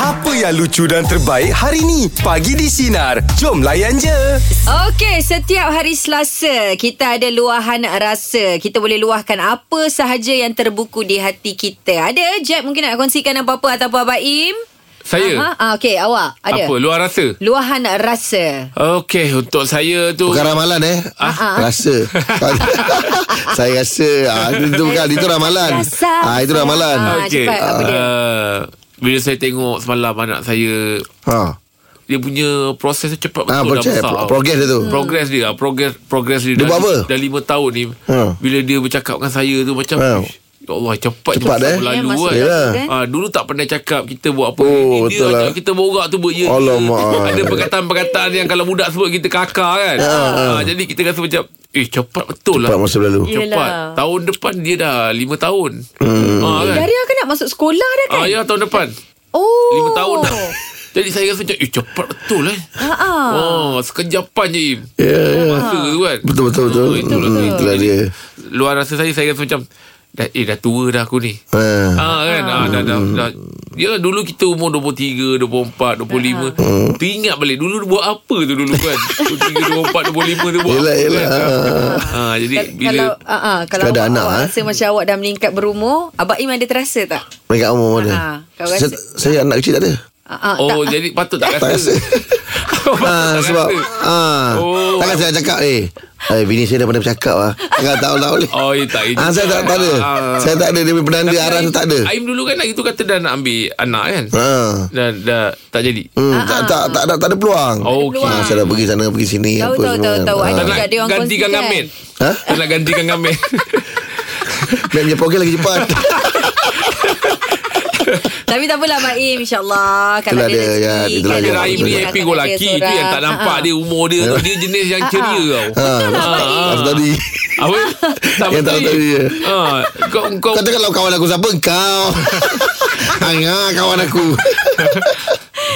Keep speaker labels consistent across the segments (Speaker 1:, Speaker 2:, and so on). Speaker 1: Apa yang lucu dan terbaik hari ni? Pagi di Sinar. Jom layan je.
Speaker 2: Okey, setiap hari Selasa kita ada luahan rasa. Kita boleh luahkan apa sahaja yang terbuku di hati kita. Ada Jeb mungkin nak kongsikan apa-apa ataupun Abaim?
Speaker 3: Saya?
Speaker 2: Ah, okey, awak ada.
Speaker 3: Apa? Luar rasa?
Speaker 2: Luahan rasa.
Speaker 3: Okey, untuk saya tu...
Speaker 4: Bukan ramalan eh
Speaker 2: Ah.
Speaker 4: ah. Rasa Saya rasa ah, Itu bukan Itu ramalan
Speaker 2: Rasa.
Speaker 4: ah, Itu
Speaker 2: Ah.
Speaker 4: ramalan
Speaker 3: Okey.
Speaker 2: cepat, apa dia?
Speaker 3: Uh, bila saya tengok semalam anak saya...
Speaker 4: ha.
Speaker 3: Dia punya proses tu cepat betul dah
Speaker 4: Ah, proses,
Speaker 3: besar.
Speaker 4: pro- progress dia tu.
Speaker 3: Hmm. Progress dia. ah, Progress, progress dia.
Speaker 4: Dia
Speaker 3: dah,
Speaker 4: buat apa?
Speaker 3: Dah lima tahun ni.
Speaker 4: Ha.
Speaker 3: Bila dia bercakap dengan saya tu macam...
Speaker 4: Ha.
Speaker 3: "Ish, Ya Allah, cepat
Speaker 4: Cepat, eh?
Speaker 2: Ya,
Speaker 3: Lalu
Speaker 2: masa
Speaker 3: kan.
Speaker 4: Yelah.
Speaker 2: dah, kan?
Speaker 3: Ah, dulu tak pernah cakap kita buat apa.
Speaker 4: Oh,
Speaker 3: Ini dia
Speaker 4: betul lah.
Speaker 3: ajak kita borak tu buat ya. ya.
Speaker 4: Alamak.
Speaker 3: Ada perkataan-perkataan yang kalau budak sebut kita kakak kan. Ah, jadi kita rasa macam eh cepat betul
Speaker 4: Ha, Cepat
Speaker 3: lah.
Speaker 4: masa berlalu
Speaker 2: Ya.
Speaker 3: Cepat.
Speaker 2: Yelah.
Speaker 3: Tahun depan dia dah 5 tahun. Hmm. Ah, kan?
Speaker 2: Daria kan nak masuk sekolah dah kan?
Speaker 3: Ah, ya tahun depan. 5
Speaker 2: Oh.
Speaker 3: tahun dah. Jadi saya rasa macam eh cepat betul eh.
Speaker 2: Ha ah.
Speaker 3: Oh, sekejapan je Im.
Speaker 4: Ya, ya.
Speaker 3: Masa tu kan.
Speaker 4: Betul betul betul.
Speaker 3: Oh, itulah.
Speaker 4: Hmm, Itulah
Speaker 3: Jadi,
Speaker 4: dia.
Speaker 3: Luar rasa saya saya rasa macam dah, eh dah tua dah aku ni.
Speaker 4: Ha.
Speaker 3: Ah kan ah, dah, dah,
Speaker 4: Hmm.
Speaker 3: dah. Ya dulu kita umur 23, 24, 25
Speaker 2: Ah. Hmm.
Speaker 3: Tu ingat balik Dulu buat apa tu dulu kan 23, 24, 25 tu buat
Speaker 4: Yelah
Speaker 3: apa
Speaker 4: yelah.
Speaker 3: kan?
Speaker 4: Ah.
Speaker 3: ah, Jadi
Speaker 2: Kal-
Speaker 3: bila
Speaker 2: Kalau uh, uh, kalau
Speaker 4: Sekadar
Speaker 2: awak,
Speaker 4: anak,
Speaker 2: awak
Speaker 4: eh?
Speaker 2: rasa macam awak dah meningkat berumur, Abaim ada terasa tak?
Speaker 4: Mereka umur mana?
Speaker 2: Ah, kau rasa-
Speaker 4: Saya, saya anak kecil tak ada.
Speaker 2: Uh, uh,
Speaker 3: Oh jadi patut tak rasa Oh,
Speaker 4: Tak rasa.
Speaker 3: Patut tak
Speaker 4: Ha,
Speaker 3: rasa.
Speaker 4: sebab ah.
Speaker 3: Oh.
Speaker 4: Takkan saya cakap eh. Eh bini saya dah pandai bercakap ah. Takkan tak tak boleh.
Speaker 3: Oh ya tak
Speaker 4: Ah, saya tak, tak ada.
Speaker 3: Ah.
Speaker 4: Saya tak ada dia punya penanda arah tu tak ada.
Speaker 3: Aim dulu kan lagi tu kata dah nak ambil anak kan
Speaker 4: Ha.
Speaker 3: Dan dah tak jadi
Speaker 4: Hmm, tak, tak, tak, tak, tak ada peluang.
Speaker 3: Oh, okey.
Speaker 4: Ah, saya dah pergi sana, pergi sini.
Speaker 2: Tahu,
Speaker 4: apa
Speaker 2: tahu,
Speaker 4: semua
Speaker 2: tahu,
Speaker 4: kan.
Speaker 2: tahu.
Speaker 4: Ah.
Speaker 3: Tak
Speaker 2: Ada.
Speaker 3: nak
Speaker 2: Juga dia orang
Speaker 3: gantikan
Speaker 2: kongsikan.
Speaker 3: Amin
Speaker 4: Ha?
Speaker 3: Tak nak gantikan Amin
Speaker 4: Mac punya program lagi cepat.
Speaker 2: Tapi tak apalah Baim insyaAllah kalau
Speaker 4: Itulah
Speaker 2: ada
Speaker 4: dia,
Speaker 2: rezeki,
Speaker 4: ya, itulah
Speaker 2: kalau
Speaker 3: Tapi
Speaker 4: dia.
Speaker 2: ada
Speaker 3: Rahim
Speaker 2: rezeki,
Speaker 3: ni
Speaker 4: Betul.
Speaker 3: happy
Speaker 2: akan
Speaker 3: go
Speaker 2: ada
Speaker 3: lucky
Speaker 2: seorang.
Speaker 3: Tu yang tak nampak
Speaker 2: Ah, ah.
Speaker 3: dia Umur dia tu Dia jenis yang ceria tau
Speaker 4: ha. Apa tadi?
Speaker 3: Apa? Tak
Speaker 4: Yang tak
Speaker 3: betul.
Speaker 4: betul dia.
Speaker 3: Ha, kau kau
Speaker 4: Kau tengok kalau kawan aku siapa kau. Hanya kawan aku.
Speaker 3: tak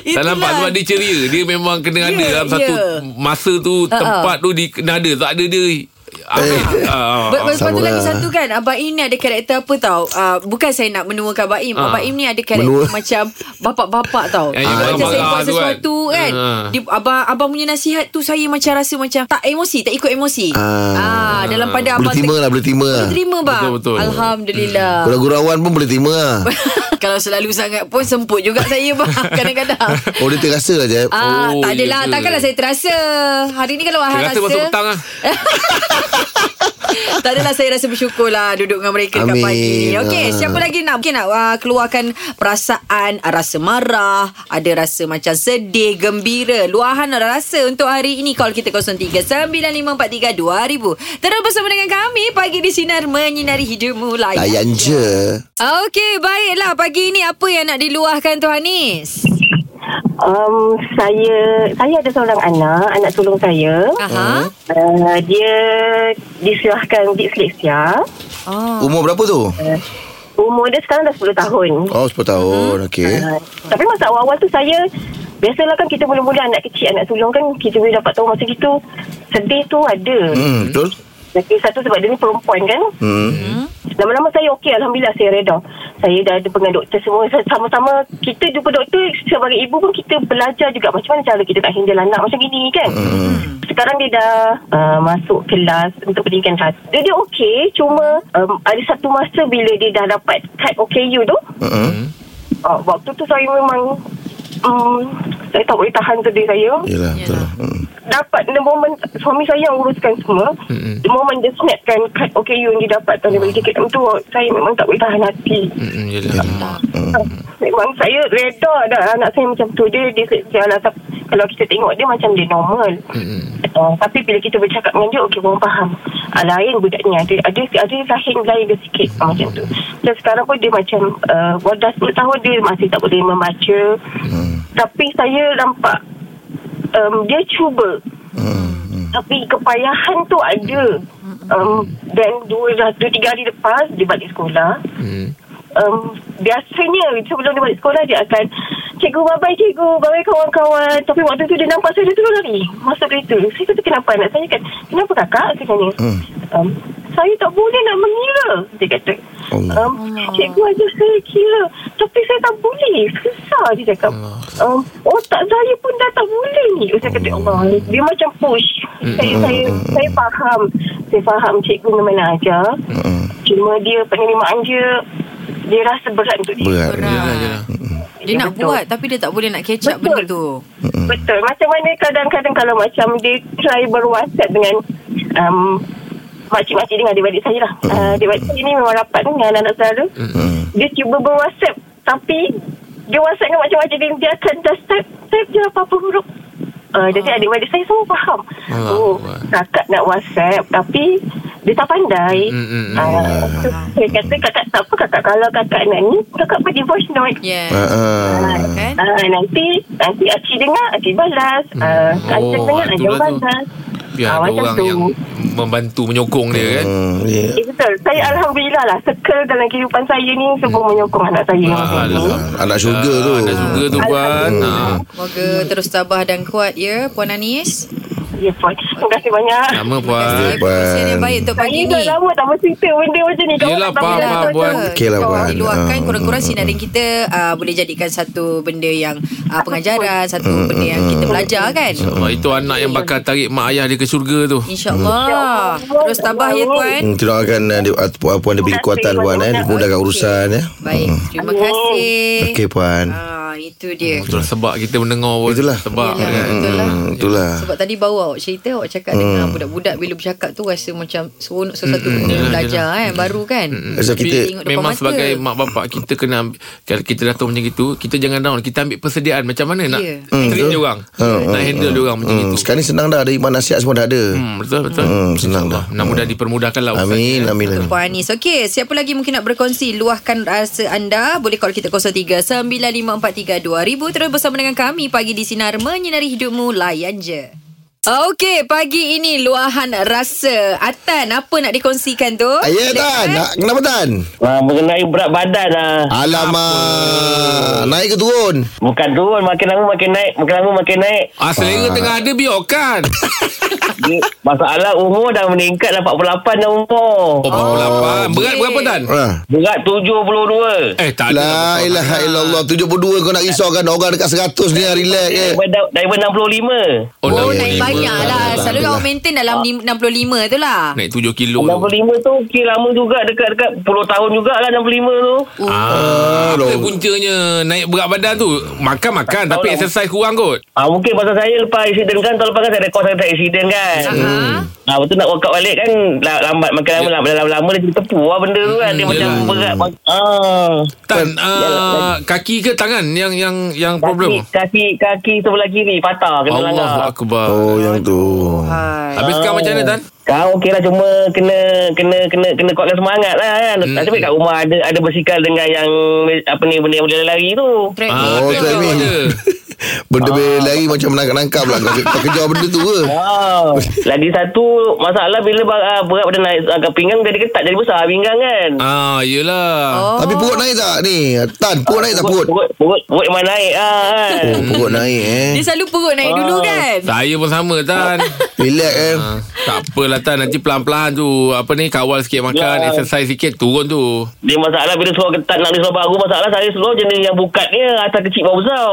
Speaker 2: Itulah.
Speaker 3: nampak sebab dia ceria. Dia memang kena ada
Speaker 2: Ya,
Speaker 3: dalam satu
Speaker 2: ya. ha.
Speaker 3: masa tu tempat tu di kena ada. Tak ada dia.
Speaker 4: Eh.
Speaker 3: Amin.
Speaker 2: Ber-
Speaker 3: Ah, ah,
Speaker 2: ber-
Speaker 3: ah.
Speaker 2: Lepas tu
Speaker 4: Sama
Speaker 2: lagi
Speaker 4: lah.
Speaker 2: satu kan Abang Im ni ada karakter apa tau uh, Bukan saya nak menuakan Abang Im
Speaker 3: Ah.
Speaker 2: Abang Im ni ada karakter
Speaker 4: Menua.
Speaker 2: macam Bapak-bapak tau Ah,
Speaker 3: Yang
Speaker 2: Macam
Speaker 4: ibarat
Speaker 2: saya buat
Speaker 3: marah tu kan.
Speaker 2: sesuatu kan
Speaker 3: Ah.
Speaker 2: Dia, abang, abang punya nasihat tu Saya macam rasa macam Tak emosi Tak ikut emosi ah.
Speaker 4: Ah.
Speaker 2: Dalam pada
Speaker 4: Boleh
Speaker 2: abang
Speaker 4: terima lah Boleh terima lah
Speaker 2: Terima bang
Speaker 3: Betul-betul.
Speaker 2: Alhamdulillah
Speaker 4: Kalau gurauan pun boleh terima lah
Speaker 2: Kalau selalu sangat pun Semput juga saya bang Kadang-kadang
Speaker 4: Oh dia terasa lah Jeb
Speaker 2: Ah,
Speaker 3: Oh,
Speaker 2: tak adalah
Speaker 3: iya ke?
Speaker 2: Takkanlah saya terasa Hari ni kalau Ahad
Speaker 3: Saya rasa masuk petang lah.
Speaker 2: tak adalah saya rasa bersyukur lah Duduk dengan mereka Dekat
Speaker 4: Amin.
Speaker 2: pagi Okey
Speaker 4: Ah.
Speaker 2: siapa lagi nak Mungkin nak uh, keluarkan Perasaan uh, Rasa marah Ada rasa macam sedih Gembira Luahan rasa Untuk hari ini Call kita 03-9543-2000 Terus bersama dengan kami Pagi di Sinar Menyinari hidupmu Layan
Speaker 4: Layan je
Speaker 2: Okey baiklah Pagi ini apa yang nak diluahkan Tuhan Nis
Speaker 5: Um, saya saya ada seorang anak, anak sulung saya.
Speaker 4: Oh.
Speaker 2: Aha.
Speaker 5: Uh, dia disilahkan disleksia.
Speaker 2: Oh.
Speaker 4: Umur berapa tu?
Speaker 5: Uh, umur dia sekarang dah 10 tahun.
Speaker 4: Oh 10 tahun Okey
Speaker 5: Uh, tapi masa awal-awal tu saya biasalah kan kita mula-mula anak kecil, anak sulung kan kita boleh dapat tahu masa itu sedih tu ada.
Speaker 4: hmm, Betul
Speaker 5: Lagi satu sebab dia ni perempuan kan.
Speaker 4: hmm.
Speaker 5: Lama-lama saya okey Alhamdulillah saya reda Saya dah ada dengan doktor semua Sa- Sama-sama Kita jumpa doktor Sebagai ibu pun kita belajar juga Macam mana cara kita nak handle anak Macam gini kan hmm. Sekarang dia dah uh, Masuk kelas Untuk pendidikan khas Dia, dia okey Cuma um, Ada satu masa Bila dia dah dapat Kad OKU tu
Speaker 4: Mm-mm.
Speaker 5: uh, Waktu tu saya memang um, Saya tak boleh tahan sedih saya
Speaker 4: Yelah betul hmm.
Speaker 5: dapat the moment suami saya yang uruskan semua
Speaker 3: Mm-mm.
Speaker 5: mm-hmm. the moment dia snapkan kad OKU yang dia dapat tanda bagi tiket tu saya memang tak boleh tahan hati
Speaker 3: Mm-mm, Mm, yelah.
Speaker 4: Ya.
Speaker 5: memang saya reda dah anak saya macam tu dia dia jalan kalau kita tengok dia macam dia normal
Speaker 3: Mm-mm.
Speaker 5: Uh, tapi bila kita bercakap dengan dia Okey orang faham uh, Lain budak ni Ada ada, ada lain-lain dia sikit uh, Macam tu Dan sekarang pun dia macam uh, Baru dah 10 tahun Dia masih tak boleh membaca Tapi saya nampak um, Dia cuba
Speaker 4: Hmm,
Speaker 5: Tapi kepayahan tu ada um, Dan dua, lah, dua tiga hari lepas Dia balik sekolah
Speaker 4: Hmm.
Speaker 3: Mm.
Speaker 5: um, biasanya sebelum dia balik sekolah dia akan cikgu bye-bye cikgu bye-bye kawan-kawan tapi waktu tu dia nampak saya dia terus lari masuk kereta saya kata kenapa anak saya kan kenapa kakak saya tanya
Speaker 4: Hmm.
Speaker 5: um, saya tak boleh nak mengira dia kata
Speaker 4: Allah.
Speaker 5: um, Cikgu ajar saya kira Tapi saya tak boleh Susah dia cakap um, Otak saya pun dah tak boleh ni Saya kata Allah Dia macam push saya, saya, saya faham Saya faham cikgu memang nak ajar Cuma dia penerimaan dia Dia rasa berat untuk dia
Speaker 4: Berat.
Speaker 3: Yalah, yalah.
Speaker 2: Dia
Speaker 5: Ya,
Speaker 2: nak
Speaker 5: betul.
Speaker 2: buat tapi dia tak boleh nak catch up
Speaker 5: Betul.
Speaker 2: benda tu.
Speaker 5: Betul. Macam mana kadang-kadang kalau macam dia try berwhatsapp dengan um, makcik-makcik dengan adik-adik saya lah. Uh, adik-adik saya ni memang rapat dengan anak-anak saudara.
Speaker 4: Hmm.
Speaker 5: Dia cuba berwhatsapp tapi dia whatsapp dengan makcik-makcik dia, dia akan just type, type je apa-apa huruf. Uh, jadi adik-adik saya semua faham.
Speaker 3: Ah,
Speaker 5: oh,
Speaker 3: wah.
Speaker 5: kakak nak whatsapp tapi dia tak pandai.
Speaker 3: Mm, mm, mm.
Speaker 5: Uh, so, saya kata kakak tak apa kakak kalau kakak nak ni kakak pergi voice note.
Speaker 2: Yeah.
Speaker 4: Ah, ah.
Speaker 2: Kan?
Speaker 5: Ah, nanti nanti Aci dengar Aci balas ah, Aci
Speaker 3: Mm. Oh,
Speaker 5: dengar Aci
Speaker 3: itulah tu.
Speaker 5: balas
Speaker 3: Biar ada
Speaker 5: Ah, macam
Speaker 3: orang
Speaker 5: tu.
Speaker 3: yang membantu menyokong dia kan.
Speaker 4: Hmm, ya.
Speaker 5: Eh, betul Saya
Speaker 3: Mm.
Speaker 5: Alhamdulillah lah Circle dalam kehidupan saya ni Semua menyokong anak
Speaker 3: Ah,
Speaker 5: saya ah,
Speaker 3: Mm. Alhamdulillah.
Speaker 4: Anak syurga tu.
Speaker 3: Ah, Anak syurga tu Puan. Ah.
Speaker 2: Moga terus tabah dan kuat ya Puan Anis.
Speaker 5: Ya Puan Terima kasih banyak
Speaker 3: Sama
Speaker 2: Terima
Speaker 3: Puan.
Speaker 2: kasih perkongsian yang baik untuk pagi
Speaker 5: Saya
Speaker 2: ni.
Speaker 5: dah lama tak bercerita Benda macam ni Kawan
Speaker 3: Yelah,
Speaker 5: tak
Speaker 3: faham,
Speaker 2: Yelah,
Speaker 5: boleh
Speaker 3: faham.
Speaker 5: lah.
Speaker 2: betul
Speaker 3: Puan.
Speaker 2: ke?
Speaker 4: Okey lah,
Speaker 2: Kalau
Speaker 4: Puan.
Speaker 2: Diluahkan
Speaker 4: Ah,
Speaker 2: kurang-kurang sinarin kita uh, boleh jadikan satu benda yang uh, pengajaran, satu benda yang kita belajar kan.
Speaker 3: Ah, itu anak yang bakal tarik mak ayah dia ke syurga tu.
Speaker 2: InsyaAllah. Terus tabah ya Puan.
Speaker 4: Hmm, kita doakan uh, dia- uh, puan puan dia beri kekuatan puan eh, dimudahkan urusan ya.
Speaker 2: Baik, terima
Speaker 5: Amin.
Speaker 2: kasih.
Speaker 4: Okey puan.
Speaker 2: Ah, itu dia.
Speaker 3: Itulah sebab kita mendengar pun.
Speaker 4: Itulah.
Speaker 3: Sebab
Speaker 2: Yelah,
Speaker 3: kan.
Speaker 2: betul lah.
Speaker 4: Hmm, itulah.
Speaker 2: Sebab tadi bawa awak cerita Awak cakap hmm. dengan budak-budak Bila bercakap tu Rasa macam seronok Sesuatu benda
Speaker 3: yelah,
Speaker 2: belajar kan Baru kan
Speaker 3: Tapi
Speaker 4: So kita
Speaker 2: Tengok depan
Speaker 3: memang
Speaker 2: mata.
Speaker 3: sebagai mak bapak kita kena ambil- kalau kita dah tahu macam itu kita jangan down kita ambil persediaan macam mana nak
Speaker 2: Ya.
Speaker 3: treat dia orang nak handle dia orang macam
Speaker 4: hmm,
Speaker 3: itu
Speaker 4: sekarang ni senang dah ada iman nasihat semua dah ada.
Speaker 3: Hmm, betul betul.
Speaker 4: Hmm, senang dah.
Speaker 3: Mudah-mudah dipermudahkan lah urusan
Speaker 4: Amin
Speaker 3: dia.
Speaker 4: amin. amin.
Speaker 2: Puan Anis Okey Siapa lagi mungkin nak berkongsi Luahkan rasa anda Boleh call kita 03 9543 2000 Terus bersama dengan kami Pagi di Sinar Menyinari hidupmu Layan je Okey, pagi ini luahan rasa. Atan, apa nak dikongsikan tu?
Speaker 3: Ah, ya,
Speaker 4: Ayah Ah, ya, Tan,
Speaker 3: eh?
Speaker 4: nak, kenapa Tan?
Speaker 6: Ha, mengenai berat badan lah.
Speaker 4: Alamak, naik ke turun?
Speaker 6: Bukan turun, makin lama makin naik, makin lama makin naik.
Speaker 3: Ah, selera tengah ada kan? biarkan.
Speaker 6: Dia, masalah umur dah meningkat dah 48 dah umur.
Speaker 3: Oh, oh, Berat
Speaker 2: okey.
Speaker 3: berapa dan?
Speaker 4: Ha.
Speaker 6: Berat 72.
Speaker 3: Eh, tak ada.
Speaker 4: La ilaha illallah 72 kau nak risaukan orang dekat 100 ni relax eh.
Speaker 6: Daripada, daripada 65.
Speaker 3: Oh,
Speaker 2: Oh,
Speaker 3: naik
Speaker 2: naik
Speaker 3: lima. Ah.
Speaker 2: banyak lah. Selalu
Speaker 4: Alhamdulillah.
Speaker 2: awak maintain dalam lim- 65 tu lah.
Speaker 3: Naik 7 kilo.
Speaker 6: 65 tu okey lama juga dekat-dekat 10 tahun jugalah 65 tu.
Speaker 3: Ah,
Speaker 4: Aduh.
Speaker 3: apa puncanya naik berat badan tu? Makan-makan tapi
Speaker 6: tahu lah.
Speaker 3: exercise kurang kot.
Speaker 6: Ha, mungkin pasal saya lepas accident kan tahun lepas kan saya rekod saya tak accident kan.
Speaker 2: Aha.
Speaker 6: Ha, betul nak workout balik kan la- lambat makin lama lama lama, lama dia tertepu lah benda tu kan dia
Speaker 3: Ya. Hmm,
Speaker 6: macam
Speaker 3: yelah.
Speaker 6: berat. Ah. kan.
Speaker 3: Tan, ah, kaki ke tangan yang yang yang problem?
Speaker 6: Kaki, kaki sebelah kiri patah kena langgar.
Speaker 3: Allah akbar.
Speaker 4: Oh yang tu.
Speaker 2: Hai.
Speaker 3: Habis sekarang macam mana Tan?
Speaker 6: Kau okey lah cuma kena kena kena kena kuatkan semangat lah kan. Hmm.
Speaker 3: Hmm.
Speaker 6: Tapi kat rumah ada ada bersikal dengan yang apa ni benda yang boleh lari tu.
Speaker 2: Track
Speaker 3: Ah,
Speaker 2: ni.
Speaker 4: Oh,
Speaker 3: track
Speaker 4: track
Speaker 3: ni.
Speaker 4: ni.
Speaker 3: ada.
Speaker 4: Benda bila lari macam menangkap-nangkap lah Kau kau kejar benda tu ke?
Speaker 6: Wow. Ah. Lagi satu masalah bila bar- ah, berat badan naik agak pinggang jadi ketat jadi besar pinggang kan.
Speaker 3: Ah, yelah.
Speaker 2: Oh.
Speaker 4: Tapi perut naik tak ni? Tan, perut naik tak perut?
Speaker 6: Perut perut perut memang naik ah kan.
Speaker 4: Oh, perut naik eh.
Speaker 2: Dia selalu perut naik dulu kan?
Speaker 3: Saya pun sama Tan.
Speaker 4: Relax eh.
Speaker 3: Ah, tak apalah Tan Nanti pelan-pelan tu Apa ni Kawal sikit
Speaker 6: Ya.
Speaker 3: makan Exercise sikit Turun tu
Speaker 6: Dia masalah bila seluar ketat nak dia seluar baru masalah saya seluar jenis yang bukat dia atas kecil bawah besar.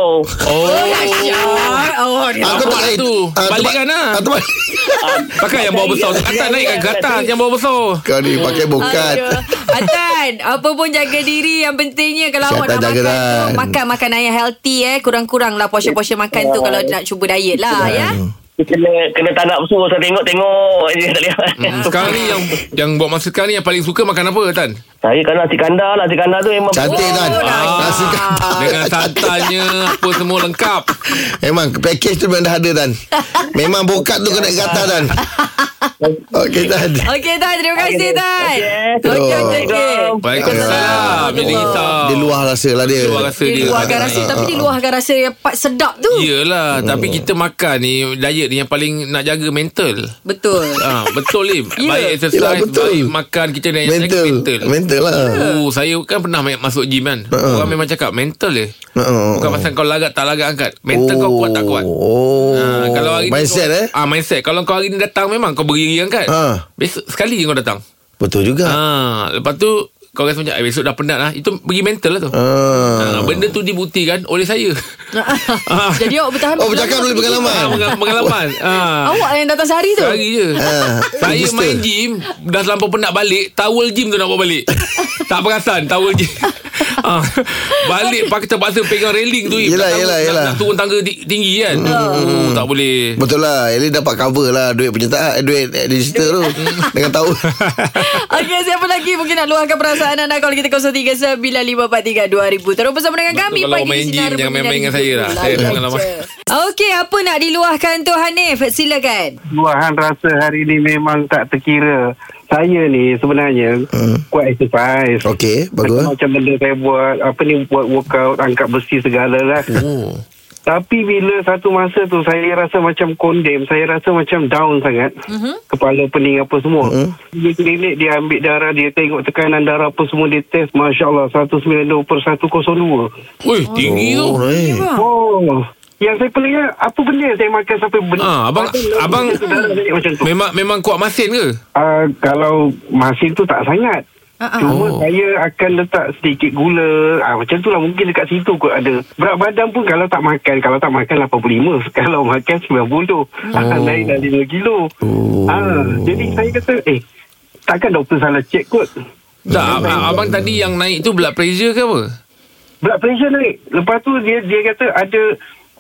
Speaker 3: Oh
Speaker 2: Dahsyat. Oh, dia
Speaker 4: Ah, tempat
Speaker 3: tu. Balikkan lah.
Speaker 4: Ah, tempat.
Speaker 3: Pakai yang bawah besar tu Atas naik kat atas Yang bawah besar
Speaker 4: Kau ni pakai bokat.
Speaker 2: Aduh. Atan, apa pun jaga diri yang pentingnya kalau awak
Speaker 4: Kesihatan
Speaker 2: nak makan
Speaker 4: jaga, kan.
Speaker 2: tu,
Speaker 4: Tan.
Speaker 2: makan makanan yang healthy eh, kurang-kurang lah portion-portion makan tu kalau nak cuba diet lah ya.
Speaker 4: Hmm.
Speaker 6: Dia kena kena tak nak bersuruh saya tengok tengok je tak lihat.
Speaker 3: Hmm, Sekarang ni yang Yang buat masa sekarang ni Yang paling suka makan apa Tan?
Speaker 6: Saya kan nasi kandar lah. Nasi kandar tu memang...
Speaker 4: Cantik Tan.
Speaker 3: Oh,
Speaker 4: Ah.
Speaker 2: dah.
Speaker 4: Nasi kan. kandar.
Speaker 3: Ah. Dengan santannya Apa semua lengkap
Speaker 4: Memang package tu memang dah ada Tan. Memang bokat tu kena gatal Tan. Okey Tan.
Speaker 2: Okey Tan, terima kasih Tan.
Speaker 6: Okey.
Speaker 2: Okey, okey, okey.
Speaker 3: Waalaikumsalam Jadi risau
Speaker 4: Dia luah rasa lah dia.
Speaker 3: Luar rasa
Speaker 2: Dia
Speaker 3: dia Ya.
Speaker 2: luahkan rasa Tapi dia luahkan rasa yang part sedap tu
Speaker 3: Yelah Tapi kita makan ni Diet ni yang paling Nak jaga mental
Speaker 2: Betul
Speaker 3: Ah, betul Lim
Speaker 2: Ya.
Speaker 3: Baik exercise
Speaker 4: Yelah, betul.
Speaker 3: Baik makan Kita nak
Speaker 4: Mental. Mental lah.
Speaker 3: Oh, saya kan pernah main- masuk gym kan.
Speaker 4: Uh-uh.
Speaker 3: Orang memang cakap mental je.
Speaker 4: Uh-uh.
Speaker 3: Bukan pasal kau lagak tak lagak angkat. Mental kau kuat tak kuat.
Speaker 4: Oh.
Speaker 3: Ah, kalau hari ni
Speaker 4: Mindset
Speaker 3: kau,
Speaker 4: eh.
Speaker 3: Ah mindset. Kalau kau hari ni datang memang kau berdiri angkat.
Speaker 4: Ah. Ha.
Speaker 3: Besok sekali je kau datang.
Speaker 4: Betul juga.
Speaker 3: Ah, lepas tu Kau rasa macam "Eh, Besok dah penat lah Itu pergi mental lah tu
Speaker 4: Ah.
Speaker 3: Ah, Benda tu dibuktikan oleh saya
Speaker 2: Jadi awak bertahan
Speaker 4: Oh, bercakap
Speaker 2: berapa
Speaker 4: boleh
Speaker 2: lama?
Speaker 4: pengalaman.
Speaker 3: Pengal- Pengalaman Ah.
Speaker 2: Awak yang datang sehari tu
Speaker 3: Sehari je
Speaker 4: Ah,
Speaker 3: Saya
Speaker 4: register.
Speaker 3: main gym Dah terlampau penat balik Towel gym tu nak bawa balik Tak perasan Towel gym ha, Balik pakai terpaksa Pegang railing tu Tak
Speaker 4: Yelah,
Speaker 3: tahu
Speaker 4: yelah,
Speaker 3: nak-
Speaker 4: yelah. Hmm.
Speaker 3: Nak turun tangga ti- tinggi kan oh, Tak boleh
Speaker 4: Betul lah Ellie dapat cover lah Duit penyertaan eh, Duit eh, digital tu Dengan tahu
Speaker 2: Okey siapa lagi Mungkin nak luahkan perasaan anda Kalau kita 0395432000 Terus bersama dengan
Speaker 3: Sebab tu
Speaker 2: kami
Speaker 3: kalau
Speaker 2: Pagi
Speaker 3: main
Speaker 2: di
Speaker 3: gym,
Speaker 2: Sinar
Speaker 3: jangan main-main dengan
Speaker 2: Menyinari
Speaker 3: saya lah.
Speaker 2: Hidup.
Speaker 3: Saya dah
Speaker 2: Layan
Speaker 3: pengalaman.
Speaker 2: je. Okey apa nak diluahkan tu Hanif Silakan
Speaker 7: Luahan rasa hari ni memang tak terkira. Saya ni sebenarnya hmm. kuat exercise.
Speaker 4: Okey
Speaker 7: Macam-
Speaker 4: Bagus
Speaker 7: Macam benda saya buat Apa ni buat workout Angkat besi segala lah
Speaker 3: oh.
Speaker 4: Hmm.
Speaker 7: Tapi bila satu masa tu Saya rasa macam kondem Saya rasa macam down sangat uh-huh. Kepala pening apa semua
Speaker 4: Hmm.
Speaker 7: uh-huh. Dia kelilit Dia ambil darah Dia tengok tekanan darah apa semua Dia test Masya Allah 192 per 102
Speaker 3: Ui, tinggi tu
Speaker 4: Oh, eh.
Speaker 7: Oh yang saya pelik kan, apa benda yang saya makan sampai benda
Speaker 3: Ah, abang- abang-
Speaker 7: macam tu.
Speaker 3: Memang memang kuat masin ke?
Speaker 7: Uh, kalau masin tu tak sangat.
Speaker 2: Ah, ah.
Speaker 7: Cuma
Speaker 3: Oh.
Speaker 7: oh. saya akan letak sedikit gula. Ah macam tu lah mungkin dekat situ kot ada. Berat badan pun kalau tak makan, kalau tak makan 85, kalau makan 90. Ah naik dah 5 kilo.
Speaker 4: Oh.
Speaker 7: Ah jadi saya kata eh takkan doktor salah cek kot.
Speaker 3: Tak, abang, abang tadi yang naik tu blood pressure ke apa?
Speaker 7: Blood pressure naik. Lepas tu dia dia kata ada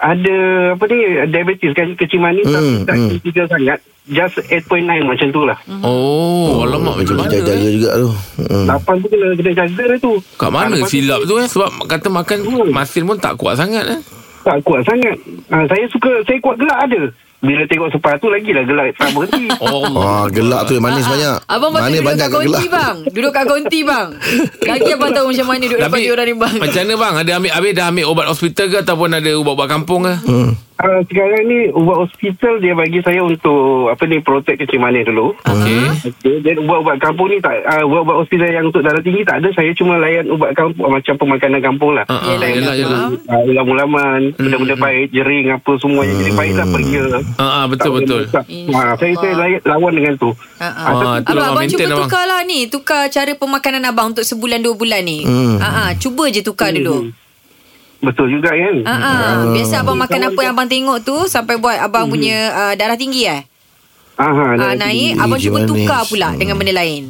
Speaker 7: ada apa ni diabetes kecil, kecil manis
Speaker 4: Hmm,
Speaker 7: tapi tak
Speaker 4: hmm.
Speaker 7: kritikal sangat. Just 8.9 macam tu lah.
Speaker 3: Oh, alamak macam mana?
Speaker 4: Jaga-jaga
Speaker 3: eh?
Speaker 4: juga tu hmm.
Speaker 7: 8 tu kena, kena jaga dah tu.
Speaker 3: Kat mana
Speaker 7: Ah, lepas tu-
Speaker 3: silap tu eh? Sebab kata makan
Speaker 7: Hmm.
Speaker 3: masin pun tak kuat sangat eh?
Speaker 7: Tak kuat sangat. Ha, saya suka, saya kuat gelak ada. Bila tengok sepatu lagilah gelak tak berhenti.
Speaker 3: Oh,
Speaker 4: Wah Ah, gelak tu yang
Speaker 2: Ah,
Speaker 4: manis
Speaker 2: ah.
Speaker 4: banyak
Speaker 2: Abang patut
Speaker 4: Manis
Speaker 2: duduk
Speaker 4: banyak
Speaker 2: kat konti bang Duduk kat konti bang Lagi abang tahu macam mana Duduk dapat diorang ni bang
Speaker 3: Macam mana bang? Ada ambil habis dah ambil obat hospital ke ataupun ada ubat-ubat kampung ke?
Speaker 4: hmm.
Speaker 7: ha, sekarang ni ubat hospital dia bagi saya untuk apa ni protect kecil manis dulu.
Speaker 3: Okey.
Speaker 7: Okay, dan ubat-ubat kampung ni tak uh, ubat-ubat hospital yang untuk darah tinggi tak ada saya cuma layan ubat kampung macam pemakanan kampung lah
Speaker 3: Ah, Hmm. ah,
Speaker 7: Saya
Speaker 3: yelah,
Speaker 7: kasi,
Speaker 3: yelah.
Speaker 7: ah, ulam-ulaman benda-benda baik jering apa semua yang jadi baik lah pergi
Speaker 3: Ah, ah, betul, betul.
Speaker 7: ha, saya, saya layan- lawan dengan tu
Speaker 2: Ah, ah.
Speaker 7: Ah,
Speaker 3: Ah, tu
Speaker 2: Abang,
Speaker 3: lah
Speaker 2: abang cuba
Speaker 3: maintain abang.
Speaker 2: tukar lah ni Tukar cara pemakanan abang Untuk sebulan dua bulan ni
Speaker 4: Hmm.
Speaker 2: Ah, ah, Cuba je tukar dulu
Speaker 7: betul juga kan
Speaker 2: Ah, ah.
Speaker 4: Hmm.
Speaker 2: Biasa abang makan apa yang abang tengok tu Sampai buat abang punya ah, darah tinggi eh ah,
Speaker 7: Aha, darah tinggi.
Speaker 2: Naik Abang
Speaker 4: Tinggi
Speaker 2: cuba
Speaker 4: manis.
Speaker 2: tukar pula Dengan benda lain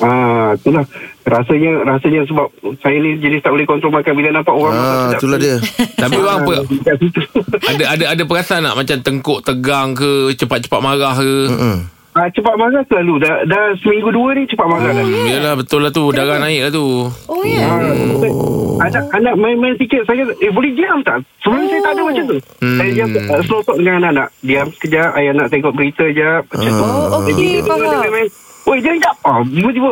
Speaker 7: Ah, itulah rasanya rasanya sebab saya ni jenis tak boleh kontrol makan bila nampak orang makan
Speaker 4: Ah,
Speaker 7: sedap.
Speaker 4: itulah dia
Speaker 3: Tapi bang apa?
Speaker 7: Dekat situ.
Speaker 3: Ada ada ada perasaan tak macam tengkuk tegang ke, cepat-cepat marah ke?
Speaker 4: hmm.
Speaker 7: Ah, cepat marah selalu. Dah, dah seminggu dua ni cepat marah dah.
Speaker 3: Hmm, Yelah betul lah tu Darah naik lah tu
Speaker 2: Oh ya yeah.
Speaker 7: Ah, anak, anak main-main sikit saya eh boleh diam tak sebelum saya tak ada macam tu
Speaker 2: Hmm.
Speaker 7: saya diam uh, slow talk dengan anak-anak diam sekejap ayah nak tengok berita je macam tu
Speaker 2: Oh, okey,
Speaker 7: Jadi,
Speaker 2: faham.
Speaker 7: dia main-main, Oi, jangan jap. Ah, tiba-tiba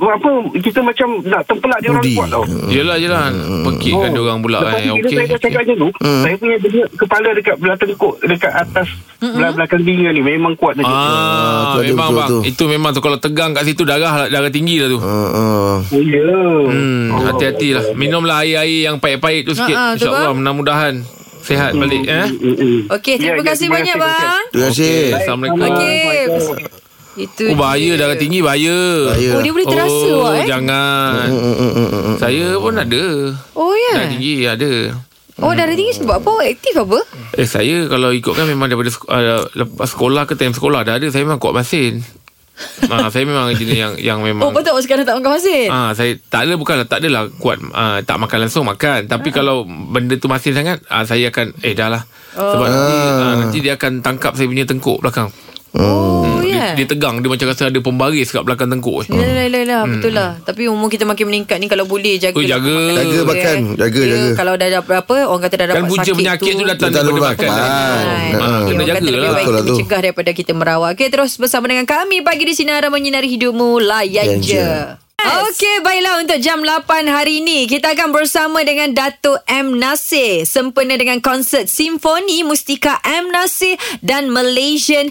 Speaker 7: apa kita macam nak tempelak dia orang
Speaker 4: Budi.
Speaker 7: kuat tau.
Speaker 3: Yelah yelah Pekikkan dia orang pula
Speaker 7: Lepas
Speaker 3: kan
Speaker 7: tu bila
Speaker 3: Okey
Speaker 7: saya dah cakap macam tu Saya punya dia, kepala dekat belah tengkuk Dekat atas Belah belakang telinga ni Memang kuat lagi
Speaker 4: Ah,
Speaker 3: Ah,
Speaker 4: tu ada
Speaker 3: memang
Speaker 4: betul
Speaker 3: bang
Speaker 4: tu.
Speaker 3: Itu memang tu Kalau tegang kat situ Darah darah tinggi lah tu
Speaker 4: Ah, ah.
Speaker 7: Oh ya
Speaker 3: Hmm,
Speaker 4: Oh.
Speaker 3: hati-hati lah Minumlah air-air yang pahit-pahit tu sikit
Speaker 2: Ah, ah, tu,
Speaker 3: InsyaAllah
Speaker 2: bang.
Speaker 3: mudah-mudahan Sehat balik eh
Speaker 2: Okey terima
Speaker 7: Ya, ya,
Speaker 2: kasih
Speaker 7: terima
Speaker 2: banyak
Speaker 7: kasih, terima
Speaker 2: bang
Speaker 4: Terima
Speaker 3: Okey,
Speaker 4: kasih
Speaker 3: Assalamualaikum
Speaker 2: Okey Itu
Speaker 3: Oh bahaya
Speaker 2: dia.
Speaker 3: darah tinggi bahaya
Speaker 2: Oh
Speaker 4: Bahaya.
Speaker 2: dia boleh terasa
Speaker 3: oh,
Speaker 2: awak eh
Speaker 3: jangan
Speaker 4: Hmm, hmm, hmm, hmm, hmm.
Speaker 3: Saya pun ada
Speaker 2: Oh ya
Speaker 3: Darah tinggi ada
Speaker 2: Oh darah tinggi sebab apa Awak Aktif apa
Speaker 3: Eh saya kalau ikutkan memang daripada sek- uh, lepas sekolah ke time sekolah dah ada saya memang kuat masin. ha, saya memang jenis yang yang
Speaker 2: Oh
Speaker 3: memang
Speaker 2: patut awak sekarang tak makan masin
Speaker 3: Ah, saya tak ada bukanlah tak adalah kuat ah, tak makan langsung
Speaker 2: Ah.
Speaker 3: makan tapi kalau benda tu masin sangat ah, saya akan eh dah lah sebab nanti, ah, nanti dia akan tangkap saya punya tengkuk belakang
Speaker 2: Oh ya
Speaker 3: Hmm. dia, dia tegang dia macam rasa ada pembaris kat belakang tengkuk eh.
Speaker 2: Yelah, yelah, yelah, yelah. Betul lah. Tapi umur kita makin meningkat ni kalau boleh jaga.
Speaker 3: Oh, Hmm. jaga.
Speaker 4: Jaga makan. Jaga,
Speaker 2: Ya,
Speaker 4: jaga.
Speaker 2: Kalau dah dapat apa, orang kata dah
Speaker 3: kan
Speaker 2: dapat
Speaker 3: punca
Speaker 2: sakit
Speaker 3: penyakit tu, datang
Speaker 4: Datang
Speaker 3: daripada
Speaker 4: daripada
Speaker 3: makan
Speaker 4: makan.
Speaker 2: Kan.
Speaker 4: Ah,
Speaker 3: Ah,
Speaker 2: Okey,
Speaker 3: kena
Speaker 2: orang kata
Speaker 3: jaga
Speaker 2: lebih
Speaker 3: lah
Speaker 2: baik
Speaker 4: Betul lah tu.
Speaker 2: mencegah daripada kita merawat. Okey, terus bersama dengan kami pagi di Sinar Menyinari Hidupmu. Layan
Speaker 4: Layan je.
Speaker 2: je. Okey, baiklah untuk jam 8 hari ini kita akan bersama dengan Dato' M. Nasir sempena dengan konsert simfoni Mustika M. Nasir dan Malaysian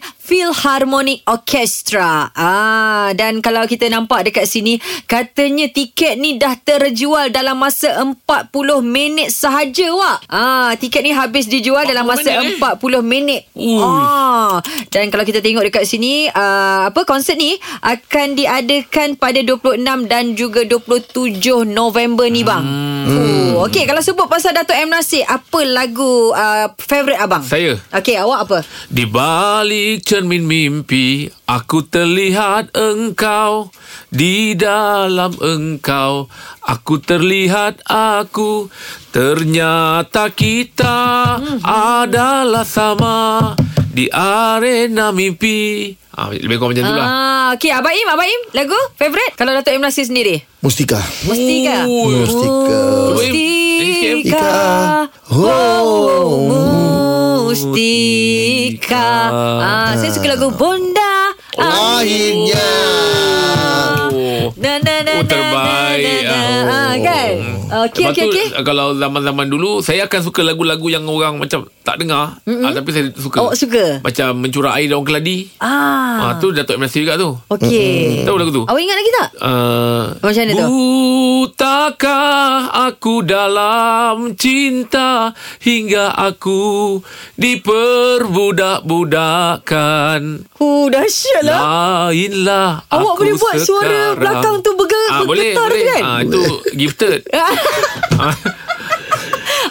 Speaker 2: Philharmonic Orchestra. Ah, dan kalau kita nampak dekat sini, katanya tiket ni dah terjual dalam masa 40 minit sahaja, Wak. Ah, tiket ni habis dijual dalam
Speaker 3: 40
Speaker 2: masa
Speaker 3: minit, eh?
Speaker 2: 40 minit.
Speaker 3: Ui.
Speaker 2: Ah. Dan kalau kita tengok dekat sini uh, apa konsert ni akan diadakan pada 26 dan juga 27 November ni bang. Hmm. Oh, okey kalau sebut pasal Dato' M Nasir, apa lagu uh, favorite abang?
Speaker 3: Saya.
Speaker 2: Okey, awak apa?
Speaker 3: Di balik cermin mimpi Aku terlihat engkau Di dalam engkau Aku terlihat aku Ternyata kita adalah sama Di arena mimpi ah, Lebih kurang macam tu lah
Speaker 2: Ah, okey, Abang Im, Abang Im, lagu favorite kalau Dato' M Nasir sendiri?
Speaker 4: Mustika.
Speaker 2: Mustika.
Speaker 3: Oh,
Speaker 4: Mustika.
Speaker 2: Mustika. Oh, Mustika. Ah, saya suka lagu Bonda.
Speaker 4: Akhirnya.
Speaker 3: Oh.
Speaker 2: Na na na
Speaker 3: Oh,
Speaker 2: na, na,
Speaker 3: terbaik.
Speaker 2: na,
Speaker 3: Ah.
Speaker 2: na. Ah, kan? Okey
Speaker 3: Lepas
Speaker 2: okey
Speaker 3: tu, eh,
Speaker 2: okey.
Speaker 3: Kalau zaman-zaman dulu Saya akan suka lagu-lagu Yang orang macam Tak dengar ah, Tapi saya suka
Speaker 2: Awak Oh, suka?
Speaker 3: Macam mencurah air Daun keladi ah.
Speaker 2: Ah.
Speaker 3: tu Dato' M. Nasir juga tu
Speaker 2: Okey.
Speaker 3: Tahu lagu tu?
Speaker 2: Awak ingat lagi tak?
Speaker 3: Uh,
Speaker 2: Macam mana tu?
Speaker 3: Butakah aku dalam cinta Hingga aku diperbudak-budakkan
Speaker 2: Oh, dahsyat lah.
Speaker 3: Lainlah
Speaker 2: Awak
Speaker 3: aku
Speaker 2: boleh buat suara
Speaker 3: sekarang.
Speaker 2: belakang tu bergerak,
Speaker 3: ah, Boleh,
Speaker 2: bergetar tu
Speaker 3: boleh
Speaker 2: kan?
Speaker 3: ah, Itu gifted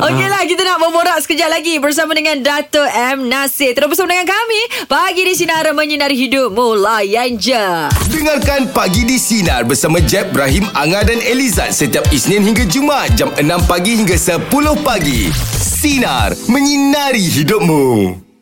Speaker 2: Okey lah kita nak berborak sekejap lagi bersama dengan Dato M Nasir. Terus bersama dengan kami pagi di sinar menyinari hidup mulayan je.
Speaker 1: Dengarkan Pagi di Sinar bersama Jeb, Ibrahim, Anga dan Elizad setiap Isnin hingga Jumaat jam 6 pagi hingga 10 pagi. Sinar, menyinari hidupmu.